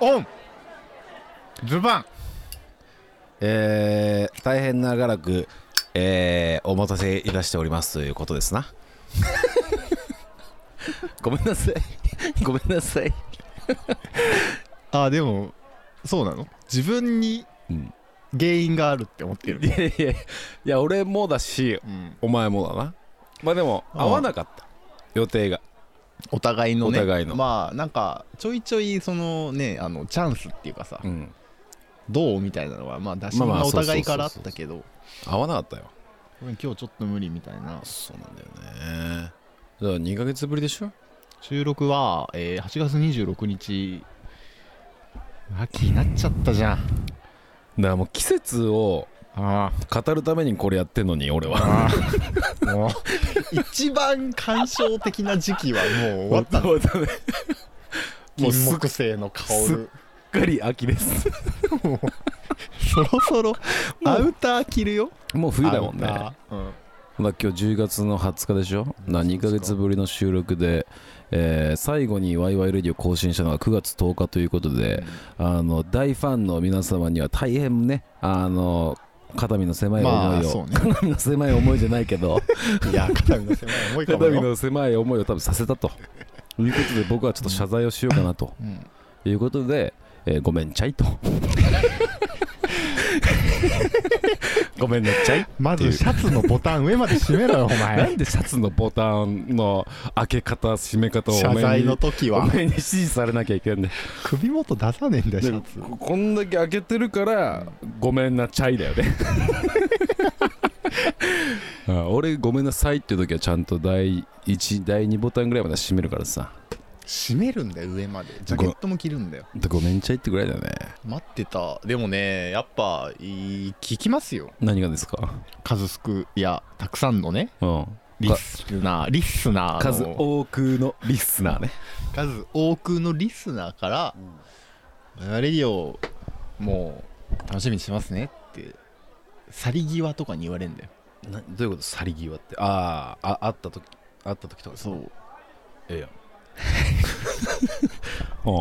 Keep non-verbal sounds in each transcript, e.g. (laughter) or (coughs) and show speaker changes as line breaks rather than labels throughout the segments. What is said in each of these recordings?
オンズバン
えー、大変長らく、えー、お待たせいたしておりますということです (laughs) なごめんなさいごめんなさい
あでもそうなの自分に
うん
原因があるって思って
い
る、
やいやいや俺もだし
うん、
お前もだなまあでも
うん
合わなかった予定が
お互いのね
お互いの
まあなんかちょいちょいそのねあのチャンスっていうかさ、
うん
どうみたいなのはまあ出し
まあま
物
あ
お互いからあっ
そう
た
そう
けど
合わなかったよ
ごめん今日ちょっと無理みたいな
そうなんだよねだから2ヶ月ぶりでしょ
収録は、えー8月26日秋になっちゃったじゃん
だからもう季節を
あ
語るためにこれやってんのに俺は
あ (laughs) もう一番感傷的な時期はもう終わった
(laughs) 終わったねもう
金
すっ
木犀の香る
かり秋です
そろそろ
う
アウター着るよ
(laughs) もう冬だもんね
アウターうん
まあ、今日10月の20日でしょ、な2ヶ月ぶりの収録で、えー最後にワイワイレディを更新したのが9月10日ということで、あの大ファンの皆様には大変ね、あの肩身の狭い
ま
思
あ
い
そ
を、
うね
肩身の狭い思いじゃない
(laughs)
けど、
いや肩身の狭い (laughs) 思いか
肩
も
身
よ、
の狭い思いを多分させたということで、僕はちょっと謝罪をしようかなと
うん、
いうことで、えーごめんちゃ
(laughs)
いと。 (laughs) ごめんねっちゃい。
まずシャツのボタン上まで閉めろ (laughs) よお
な
前
んでシャツのボタンの開け方、閉め方を
謝
お前
罪
に
の時
お
は
前に指示されなきゃいけんね
首元出さねえんだよシャツ
ここんだけ開けてるからごめんなチャイだよね (laughs) あ俺ごめんなさいっていう時はちゃんと第1第2ボタンぐらいまで閉めるからさ
閉めるんだよ上までジャケットも着るんだよ
でごめんチャイってぐらいだよね
待ってたでもねやっぱいい聞きますよ
何がですか
数少いやたくさんのね
うん
リスナーリスナーの
数多くのリスナーね
数多くのリスナーから「我々レディオもう楽しみにしてますね」って去り際とかに言われるんだよ
などういうこと去り際ってあーああった時あった時とかう
そう
ええ
(laughs)
やんおう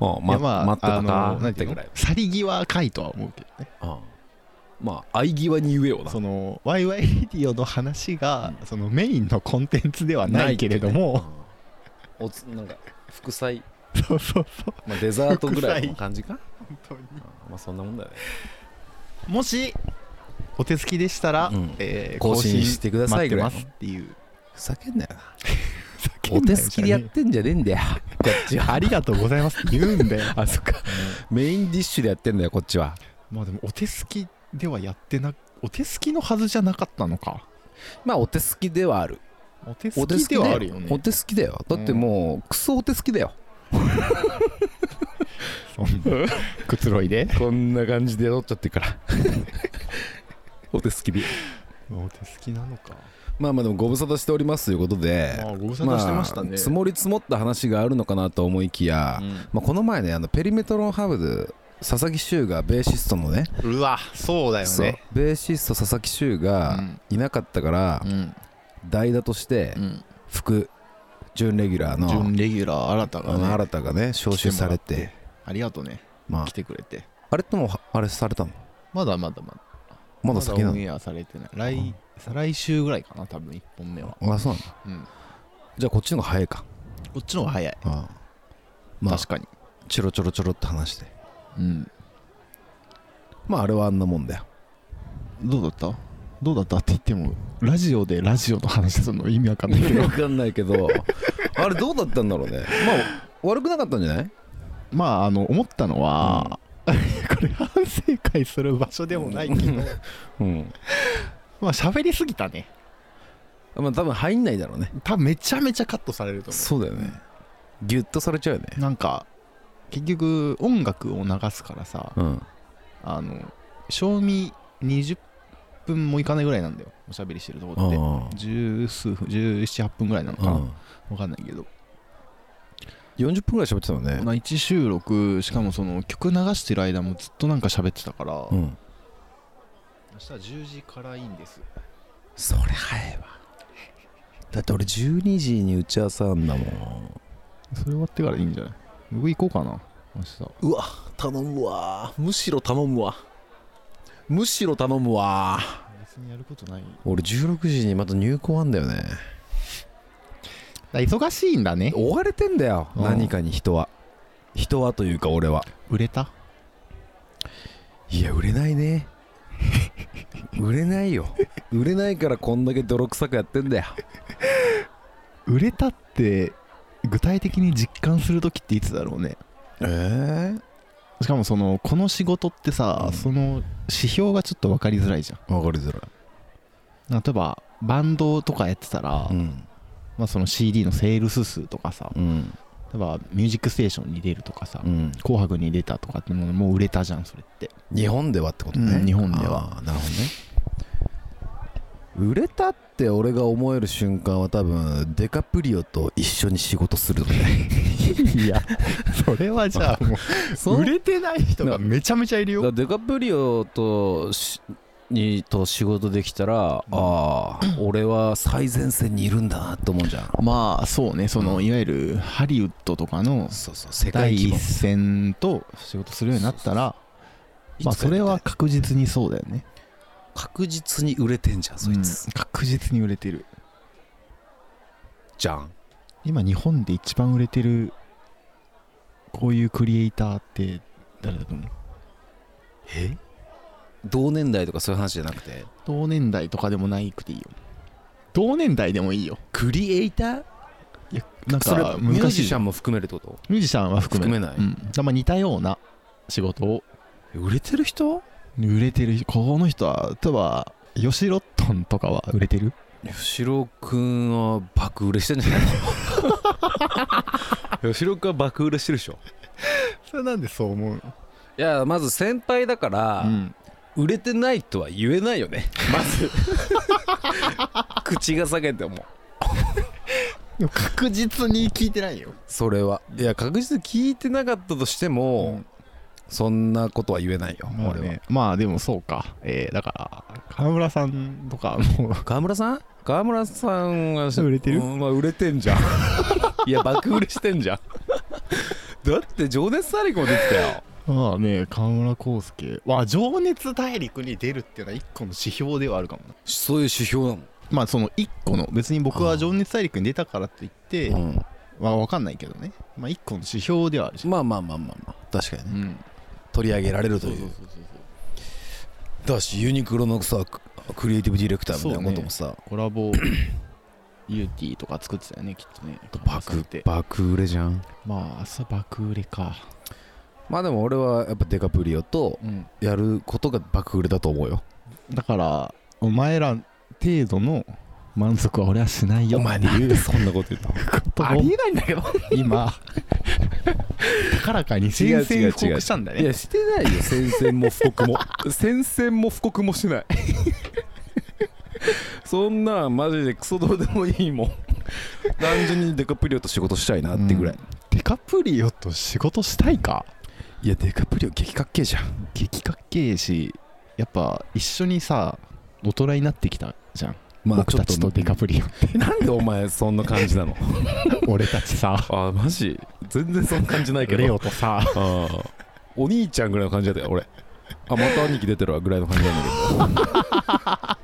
おう、
いや
ま待ってた
あ
な
のなんて
て
いう
ぐ
の
らい
去り際かいとは思うけどね
あまあ相際に言えよな
そのワイワイレディオの話が、そのメインのコンテンツではないけれども、 (laughs)
おつなんか副菜、
そうそうそう
まあ、デザートぐらいの感じか
本当に
あまあそんなもんだよね
もしお手すきでしたら、
うん
えー
更新してください
更新
ぐらいの
待ってますっていう
ふざけんなよなお手すきでやってんじゃねえ
(laughs)
んだよこっちは
ありがとうございますって言うんだよ
あそっかメインディッシュでやってんだよこっちは
まあでもお手すきではやってなお手すきのはずじゃなかったのか
まあお手すきではある
お手す
お手
き
すき
で
だ
は
よ
あるよね
お手すきだよだってもうクソお手すきだよ
そんなくつろいで
こんな感じで踊っちゃってるから (laughs) お手すきで
お手すきなのか
まあまあでもご無沙汰しておりますということで
まあご無沙汰してましたね
あ積もり積もった話があるのかなと思いきや、まあ、この前ねあのペリメトロンハーブで佐々木修がベーシストのね
うんうわそうだよ
そう
ね
ベーシスト佐々木修がいなかったから
う、ん
代打として
うん
副準レギュラーの
準レギュラー新た
あ
が
の
ね
新たがね招集されて
来もらっありがとうね
まあ
来てくれて
あれともあれされたの
まだまだまだ
まだ先な
オ
の
ンエアされてない来再来週ぐらいかな多分1本目は
あそうなんだ
うん
じゃあこっちの方が早いか
こっちの方が早い
ああまあ
確かに
ちょろちょろちょろって話して
うん
まああれはあんなもんだ (laughs) よ
どうだったどうだったって言ってもラジオでラジオの話するの意味わかんないけど
分かんないけどあれどうだったんだろうねまあ悪くなかったんじゃない
まああの思ったのは、 (laughs) これ反省会する場所でもないけど
うん
まあ喋りすぎたね
まあ多分入んないだろうね
多分めちゃめちゃカットされると思
そうだよねギュッとされちゃうよね
うなんか結局音楽を流すからさ
うん
あの賞味20分もいかないぐらいなんだよおしゃべりしてるとこって
あ
十数分178分ぐらいなのか
あ、
な、
う
わ
ん、
かんないけど、
40分ぐらい喋ってたのね
まあ、1収録しかもその曲流してる間もずっとなんか喋ってたから、
う
明
ん
日10時からいいんです
それ早いわだって俺12時に打ち合わせあんだもん
それ終わってからいいんじゃない僕行こうかな美味しそう
うわ頼むわむしろ頼むわむしろ頼むわ
別にやることない
俺16時にまた入校あんだよね
忙しいんだね
追われてんだよ
うん
何かに人は人はというか俺は
売れた
いや売れないね (laughs) 売れないよ売れないからこんだけ泥臭くやってんだよ
売れたって具体的に実感する時っていつだろうね
ええ
しかもそのこの仕事ってさ、
うん
その指標がちょっと分かりづらいじゃん
わかりづらい
例えばバンドとかやってたら、
ん
まあ、その CD のセールス数とかさ
うん
例えば「ミュージックステーション」に出るとかさ「
うん
紅白」に出たとかってものもう売れたじゃんそれって
日本ではってことね、
うん日本では
あーなるほどね売れたって俺が思える瞬間は多分デカプリオと一緒に仕事するとかね
(laughs) いやそれはじゃ (laughs) あも
(laughs) そう
売れてない人がめちゃめちゃいる
だから
よ
デカプリオとしにと仕事できたら、
うん
ああ俺は最前線にいるんだなって思うじゃん
まあそうねその、
うん
いわゆるハリウッドとかの
そうそう世
第
界規
一
模
線と仕事するようになったらまあ
いつか
そ
やりたい
れは確実にそうだよね
確実に売れてんじゃんそいつ、
うん確実に売れてる
じゃん
今日本で一番売れてるこういうクリエイターって誰だと思う
え同年代とかそういう話じゃなくて
同年代とかでもないくていいよ同年代でもいいよ
クリエイター
いやなん
それ
か
ミュー
難しい
ジシャンも含めるってこと
ミュージシャンは含め
含めない
うん、だからまあ似たような仕事を
売れてる人
売れてる人この人は例えばヨシロットンとかは売れてる
吉郎君は爆売れしてんじゃない (laughs) の吉郎君は爆売れしてるでしょ
それなんでそう思うの
いやまず先輩だか
う
ら、
ん、
売れてないとは言えないよねまず (laughs) 口が裂けても
でも確実に聞いてないよ
それはいや確実に聞いてなかったとしても、
うん
そんなことは言えないよ、
まあ、
俺は
ね、まあでもそうか、えーだから河村さんとかも (laughs) う
川村さん川村さんは
売れてる
うんまあ、売れてん (laughs) じゃんいや爆売れしてんじゃんだって情熱大陸も出てたよ
まあね河村康介は情熱大陸に出るっていうのは一個の指標ではあるかもな
そういう指標なの
まあその一個の別に僕は情熱大陸に出たからといってまあ分かんないけどねまあ一個の指標ではあるし
まあまあまあまあまあ確かにね
ん
取り上げられるというだしユニクロのさククリエイティブディレクターみたいなこともさ、
コラボユーティーとか作ってたよねきっとね河村
バ
さんっ
ク
て
バク売れじゃん
まあ朝爆売れか
まあでも俺はやっぱデカプリオと
うん
やることがバク売れだと思うよ
だからお前ら程度の満足は俺はしないよ
お前なんでそんなこと言ったの
と
(laughs) ありえないんだけど
今高らかに
違う違う
宣戦
違う
布告したんだ
い
ね
やしてないよ宣戦も布 (laughs) 告も宣戦も布告もしてない (laughs) そんなんマジでクソどうでもいい (laughs) もん単純にデカプリオと仕事したいなってぐらい、
デカプリオと仕事したいか
いやデカプリオ激かっけえじゃん
激かっけえしやっぱ一緒にさ大人になってきたじゃん、僕たちとデカプリ
なんでお前そんな感じなの (laughs)
オ俺たちさ
あマジ全然そんな感じないけど
レオとさ
あーお兄ちゃんぐらいの感じだったよ俺あまた兄貴出てるわぐらいの感じなんだ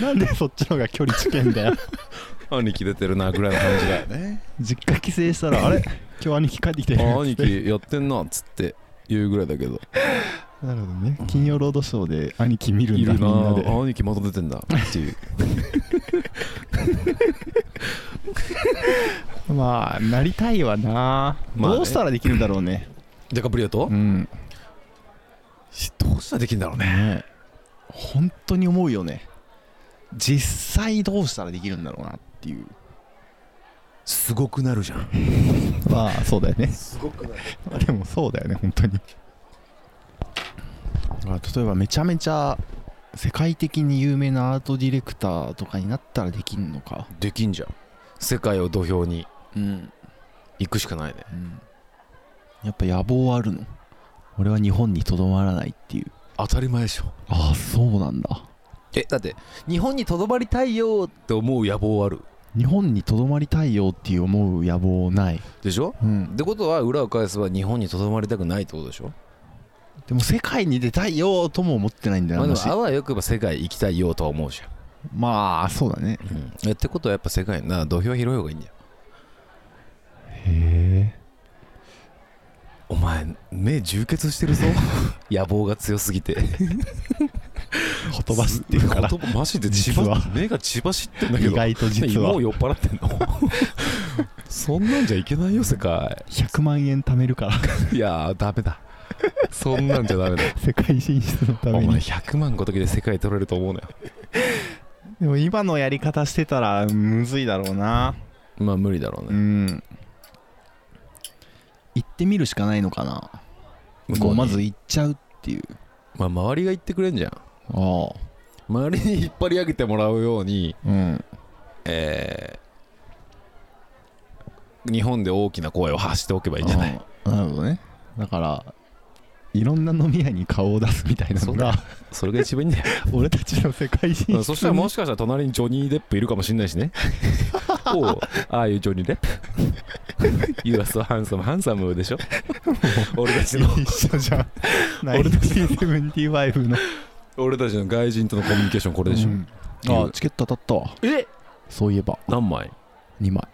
なんでそっちの方が距離近いんだよ
けど (laughs) 兄貴出てるなぐらいの感じだよね (laughs)
実家帰省したらあれ今日兄貴帰ってきて
あ兄貴やってんなっつって言うぐらいだけど
なるほどね金曜ロードショーで兄貴見る
い
んだ
るな
みんなで
あ兄貴また出てんだっていう
まあなりたいわな、
まあね
どうしたらできるんだろうね
(laughs) デカプリオと
うん
どうしたらできるんだろうね
ね本当に思うよね実際どうしたらできるんだろうなっていう
すごくなるじゃん
まあそうだよね
すごくなる
まあでもそうだよね本当にあ例えばめちゃめちゃ世界的に有名なアートディレクターとかになったらできんのか
できんじゃん世界を土俵に
うん、
行くしかないね
やっぱ野望はあるの俺は日本にとどまらないっていう
当たり前でしょ
ああそうなんだ
えだって日本にとどまりたいよって思う野望ある
日本にとどまりたいよっていう思う野望ない、
でしょ
うん、
ってことは裏を返せば日本にとどまりたくないってことでしょ
でも世界に出たいよとも思ってないんだよ
まあ
な
でも
私
あわよくば世界行きたいよとは思うじ
まあそうだね
ゃん、うん、えってことはやっぱ世界な土俵広い方がいいんだよ
へえ
お前目充血し
(laughs)
てるぞ野望が強すぎて
ほとばしっていうから
言葉マジで血
実は
ば目が血走ってんだけ
意
ど
外と実は
もう酔っ払ってん
(laughs)
のそんなんじゃいけないよ世界
100万円貯めるから (laughs)
いやーダメだそんなんじゃダメだ
世界進出のた
お
め
前
に
100万ごときで世界取れると思うなよ
でも今のやり方してたらむずいだろうな
まあ無理だろう
う
ね、
ん行ってみるしかないのかな
向こうに
まず行っちゃうっていう
まあ周りが言ってくれんじゃん
ああ
周りに引っ張り上げてもらうように
うん
えー日本で大きな声を発しておけばいいんじゃない
ああなるほどねだからいろんな飲み屋に顔を出すみたいなのが
それが一番いいんだよ (laughs)
俺たちの世界進
う
出
んそしたらもしかしたら隣にジョニー・デップいるかもしんないし (laughs) ねおうああいうジョニー・デップ (laughs) You are so handsome handsome でしょ俺たちの
一緒 (laughs) じゃん
俺たち
1975の
俺たちの外人とのコミュニケーションこれでしょ、
うんああチケット当たったわ
え
そういえば
何枚
2枚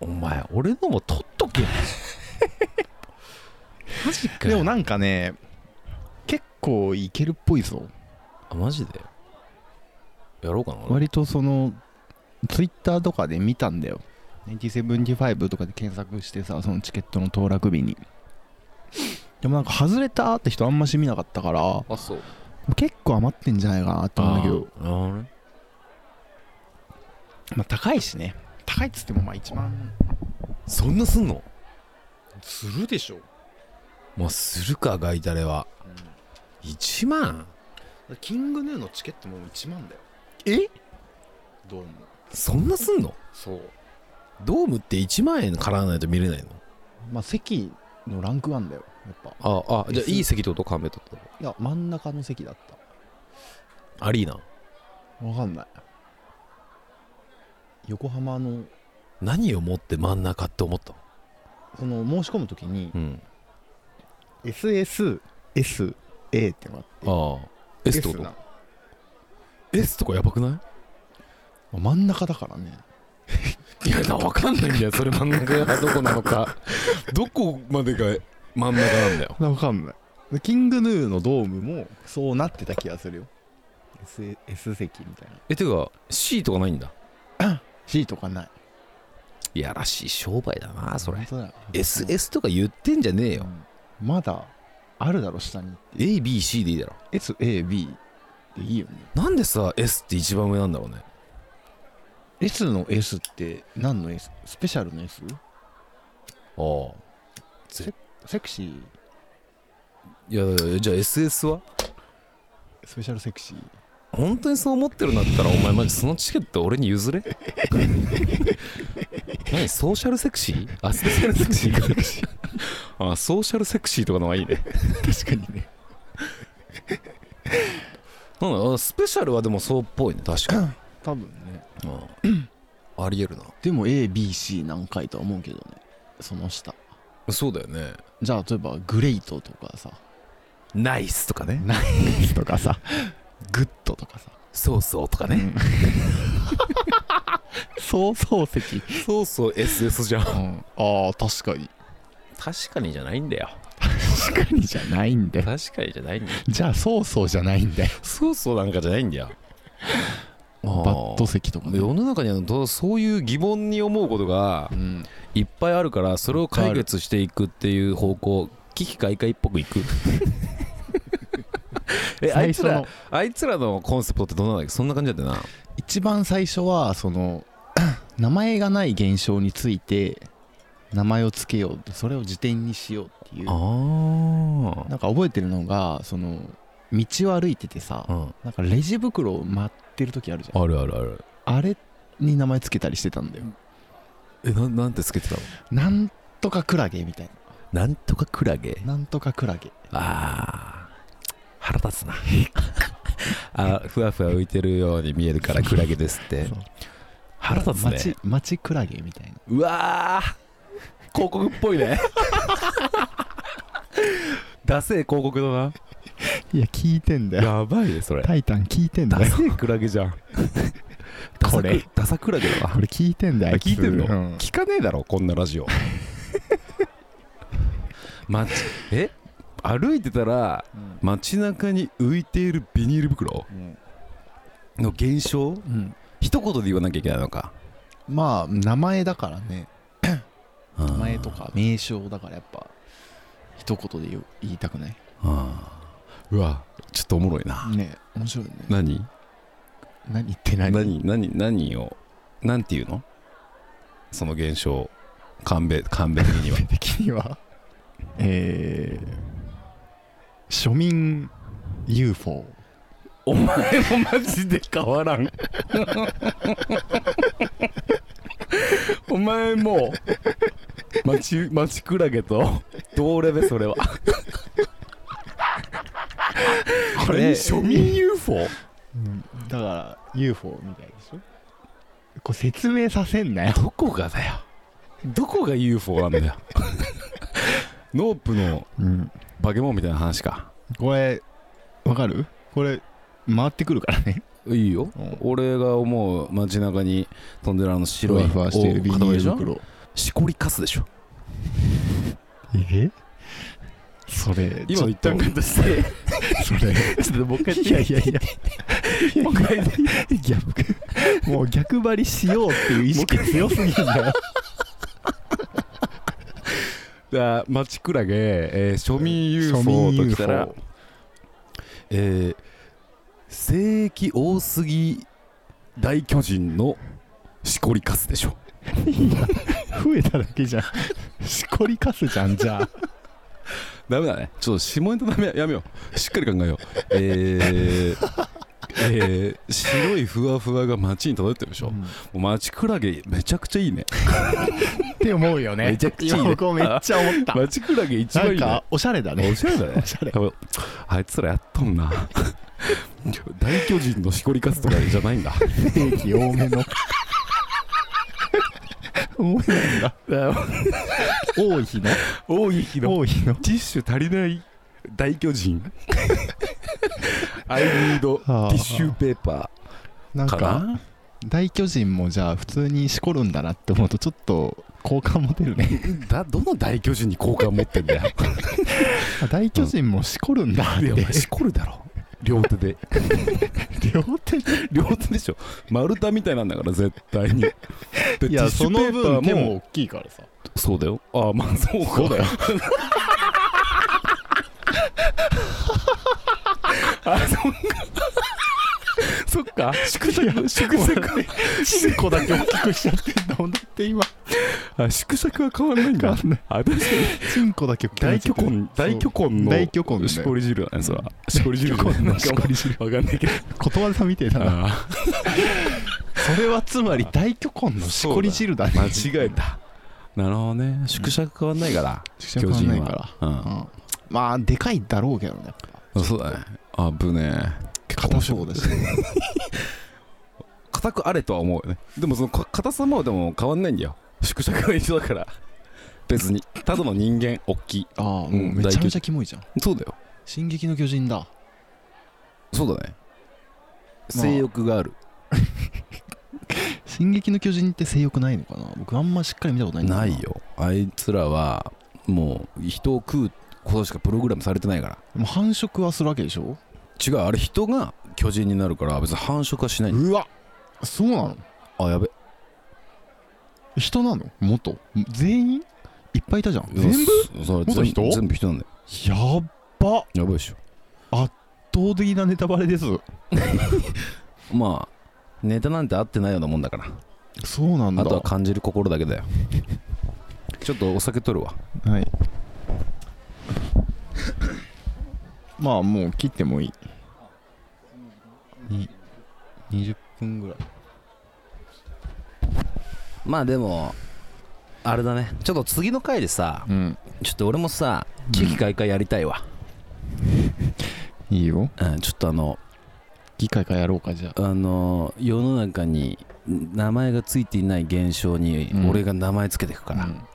お前俺のも取っとけマジか
で
よ
もなんかね結構いけるっぽいぞ
あマジでやろうかな俺
割とそのツイッターとかで見たんだよ1975とかで検索してさそのチケットの当落日にでもなんか外れたって人あんまし見なかったから
あそう
結構余ってんじゃないかなと思うんだけど
あーなる
まあ高いしね高いっつってもまあ1万
ほどねそんなすんの
するでしょ
まあするかガイタレは1万
キングヌーのチケットも1万だよ
え
どうも
そんなすんの
そう
ドームって1万円払わないと見れないの
まあ席のランク1だよやっぱ
ああじゃあ
S
いい席ってことカメとって
いや真ん中の席だっ
アリーナ
たわかんない横浜の
何を持って真ん中って思ったの
その申し込むときに
うん
SSSA ってのがあって
ああ S ってこ
S
と
な
S とかやばくな
真ん中だからね
いいやなわかんないんだよそれ真ん中がどこなのか (laughs) どこまでが真ん中なんだよ
わかんないでキングヌーのドームもそうなってた気がするよ S, S 席みたいな
えてか C とかないんだ
C とかない
いやらしい商売だなそれ
本当だよ
SS とか言ってんじゃねえよ
うんまだあるだろ下に
ABC でいいだろ
SAB でいいよね
なんでさ S って一番上なんだろうね
S の S って何の S? スペシャルの S?
ああ
セクシー
いやいやいやじゃあ SS は
スペシャルセクシー
本当にそう思ってるんだったらお前マジそのチケット俺に譲れ (laughs) 何ソーシャルセクシーあソーシャルセクシーかあソーシャルセクシーとかの方がいいね
確かにね
なんだあスペシャルはでもそうっぽいね確か
多分ね
にあありえるな
でも ABC 何回とは思うけどねその下
そうだよね
じゃあ例えばグレイトとかさ
ナイスとかね
ナイスとかさグッドとかさ
そうそうとかね
そうそう席、
そうそう SS じゃん
うん、ああ確かに
確かにじゃないんだよ
確かにじゃないんだよ
確かにじゃないんだよ
じゃあそうそうじゃないんだよ
そうそうなんかじゃないんだ (laughs) よバ
バット席とかね
世の中にはどうそういう疑問に思うことが
うん
いっぱいあるからそれを解決していくっていう方向危機開会っぽくい (laughs) くえあいつらあいつらのコンセプトってどんなんだっけそんな感じだったよ
一番最初はその (clears throat) 名前がない現象について名前を付けようそれを辞典にしようっていう
なあ
なんか覚えてるのがその道を歩いててさ
あ、うん、
なんかレジ袋を待ってる時あるじゃん
あるあるある
あれに名前つけたりしてたんだよ
えななんてつけてたの
なんとかクラゲみたい
なんとかクラゲ
ななんとかクラゲ
あー腹立つな (laughs) あふわふわ浮いてるように見えるからクラゲですって
そう
腹立つね
町町クラゲみたいな
うわー広告っぽいね (laughs) ダセえ広告だない
や聞いてんだよ
やばいねそれ
タイタン聞いてんだ
ダ
よ
セえクラゲじゃんダサ
こ
ク
れ
ダサクラゲだわ
これ聞いてんだよあいつ
聞いてんの
うん
聞かねえだろこんなラジオ街え歩いてたら街中に浮いているビニール袋
うん
の現象
うん
一言で言わなきゃいけないのか
まあ名前だからね
名
名前とか名称だからやっぱ一言で言う言いたくない
うんうわちょっとおもろいな
ね面白いね
何
何言ってない
何何何をなんていうのその現象勘弁勘弁的に (laughs) は
的にはえー、庶民 UFO
お前もマジで変わらん (laughs) お前もマチマチクラゲと同レベそれは
これ
何庶民 UFO
だから UFO みたいでしょこれ説明させんなよ
どこがだよどこが UFO なんだよ (laughs) ノープの
うん
化け物みたいな話か
これわかるこれ回ってくるからね
いいよ
うん
俺が思う街中に飛んでるあの白い
ふわふわしているビニール
塊でしょ
袋
しこりかすでしょ
えそれ
今の一
ちょ
旦
っ
カットして (laughs)
とそれ
ちょっともう一回
いやいやいや
やもう一回やって
逆もう逆張りしようっていう意識強すぎんだよ
だ (laughs) から街クラゲ、えー庶民 UFO ときたら、えー、聖域大杉大巨人のしこりかすでしょ
増えただけじゃんしこりかすじゃんじゃあ
ダメだねちょっと下ネタダメやめようしっかり考えようえー
(laughs)
えー白いふわふわが街に漂ってるでしょ、もう街クラゲめちゃくちゃいいね
って思うよね
めちゃくちゃいいね
今僕もめっちゃ思った
マチクラゲ一
な
番い
ん
いね
かおしゃれだね
おしゃれだね
おしゃれ
やばいあいつらやっとんな大巨人のしこりかすとかじゃないんだ
ステーキ多めの多いなんだ多い日の
多い日
多い日の
ティッシュ足りない大巨人 I
(laughs)
need ティッシュペーパ
なん
ーか
か
な
大巨人もじゃあ普通にしこるんだなって思うとちょっと好感持てるね
だどの大巨人に好感持ってんだよ
あ大巨人もしこるんだって
いやお前しこるだろ両手で
(laughs) 両手で
両手でしょ丸太みたいなんだから絶対にでテ
い
ィッ
や
シ
そ
ュ
の
ペーパ
分手
ーも
も大きいからさ
そうだよああまあそうか
そうだよ
あそっかそっか (laughs) 縮尺縮尺
チンコだけ大きくしちゃってんだほんとって今
あ縮尺は変わんないんだ
変わんない
あ確かに
チンコだけ大きくなっ
大
ちゃっ
巨
てる
根大巨根の
大巨根だよ
しこり汁だねそらしこり汁
大巨根の
し
し
こ
こ
り汁わかんないけど
ことわざみてえだな
あ
それはつまり大巨根のしこり汁だね
ー間違えたなるほどね縮尺変わんないから
縮尺変わんない
巨人は
うんまあでかいだろうけどねやっぱ
うんそうだねあぶねえ
硬そうだし
硬くあれとは思うよねでもそのか硬さもでも変わんないんだよ縮尺が一緒だから別にただの人間おっきい
ああもう
うん
めちゃめちゃキモいじゃん
そうだよ
「進撃の巨人だ
そうだね
まあ
性欲がある」
進撃の巨人って性欲ないのかな僕あんましっかり見たことないんだ
ないよあいつらはもう人を食うことしかプログラムされてないから
もう繁殖はするわけでしょ
違うあれ人が巨人になるから別に繁殖はしないんだ
うわそうなの
あやべ
人なの元全員いっぱいいたじゃん全部
部それ
元
全部
人
全部人なんだよ
やっば
やばいでしょ
動的なネタバレです
まあネタなんて合ってないようなもんだから
そうなんだ
あとは感じる心だけ (laughs) だよちょっとお酒取るわ
はい (coughs) まあもう切ってもいいに20分ぐらい
まあでもあれだねちょっと次の回でさ
うん
ちょっと俺もさ地域開会やりたいわ、
いいよ
うん、ちょっとあの
議会からやろうかじゃ
あの世の中に名前がついていない現象に
うん
俺が名前つけていく
あ、
か
う
ら、
ん確か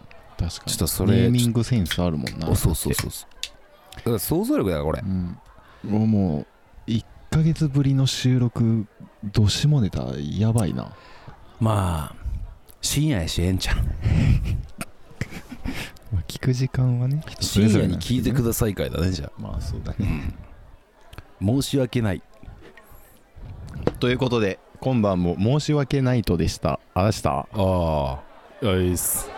に
ちょっとそ
ネ
れ
ーミングセンスあるもんな
おそうそうそうそうだから想像力だよこれ
うん、もうもう1ヶ月ぶりの収録どしもネタやばいな
まあ深夜やしええんちゃん
まあ聞く時間はね人それ
深
ぞ
夜
れな
に
んですけ
聞い
どね
てください会だねじゃあ
まあそうだね
申し訳ない
ということで今晩も申し訳ないとでしたあした
ああよいっす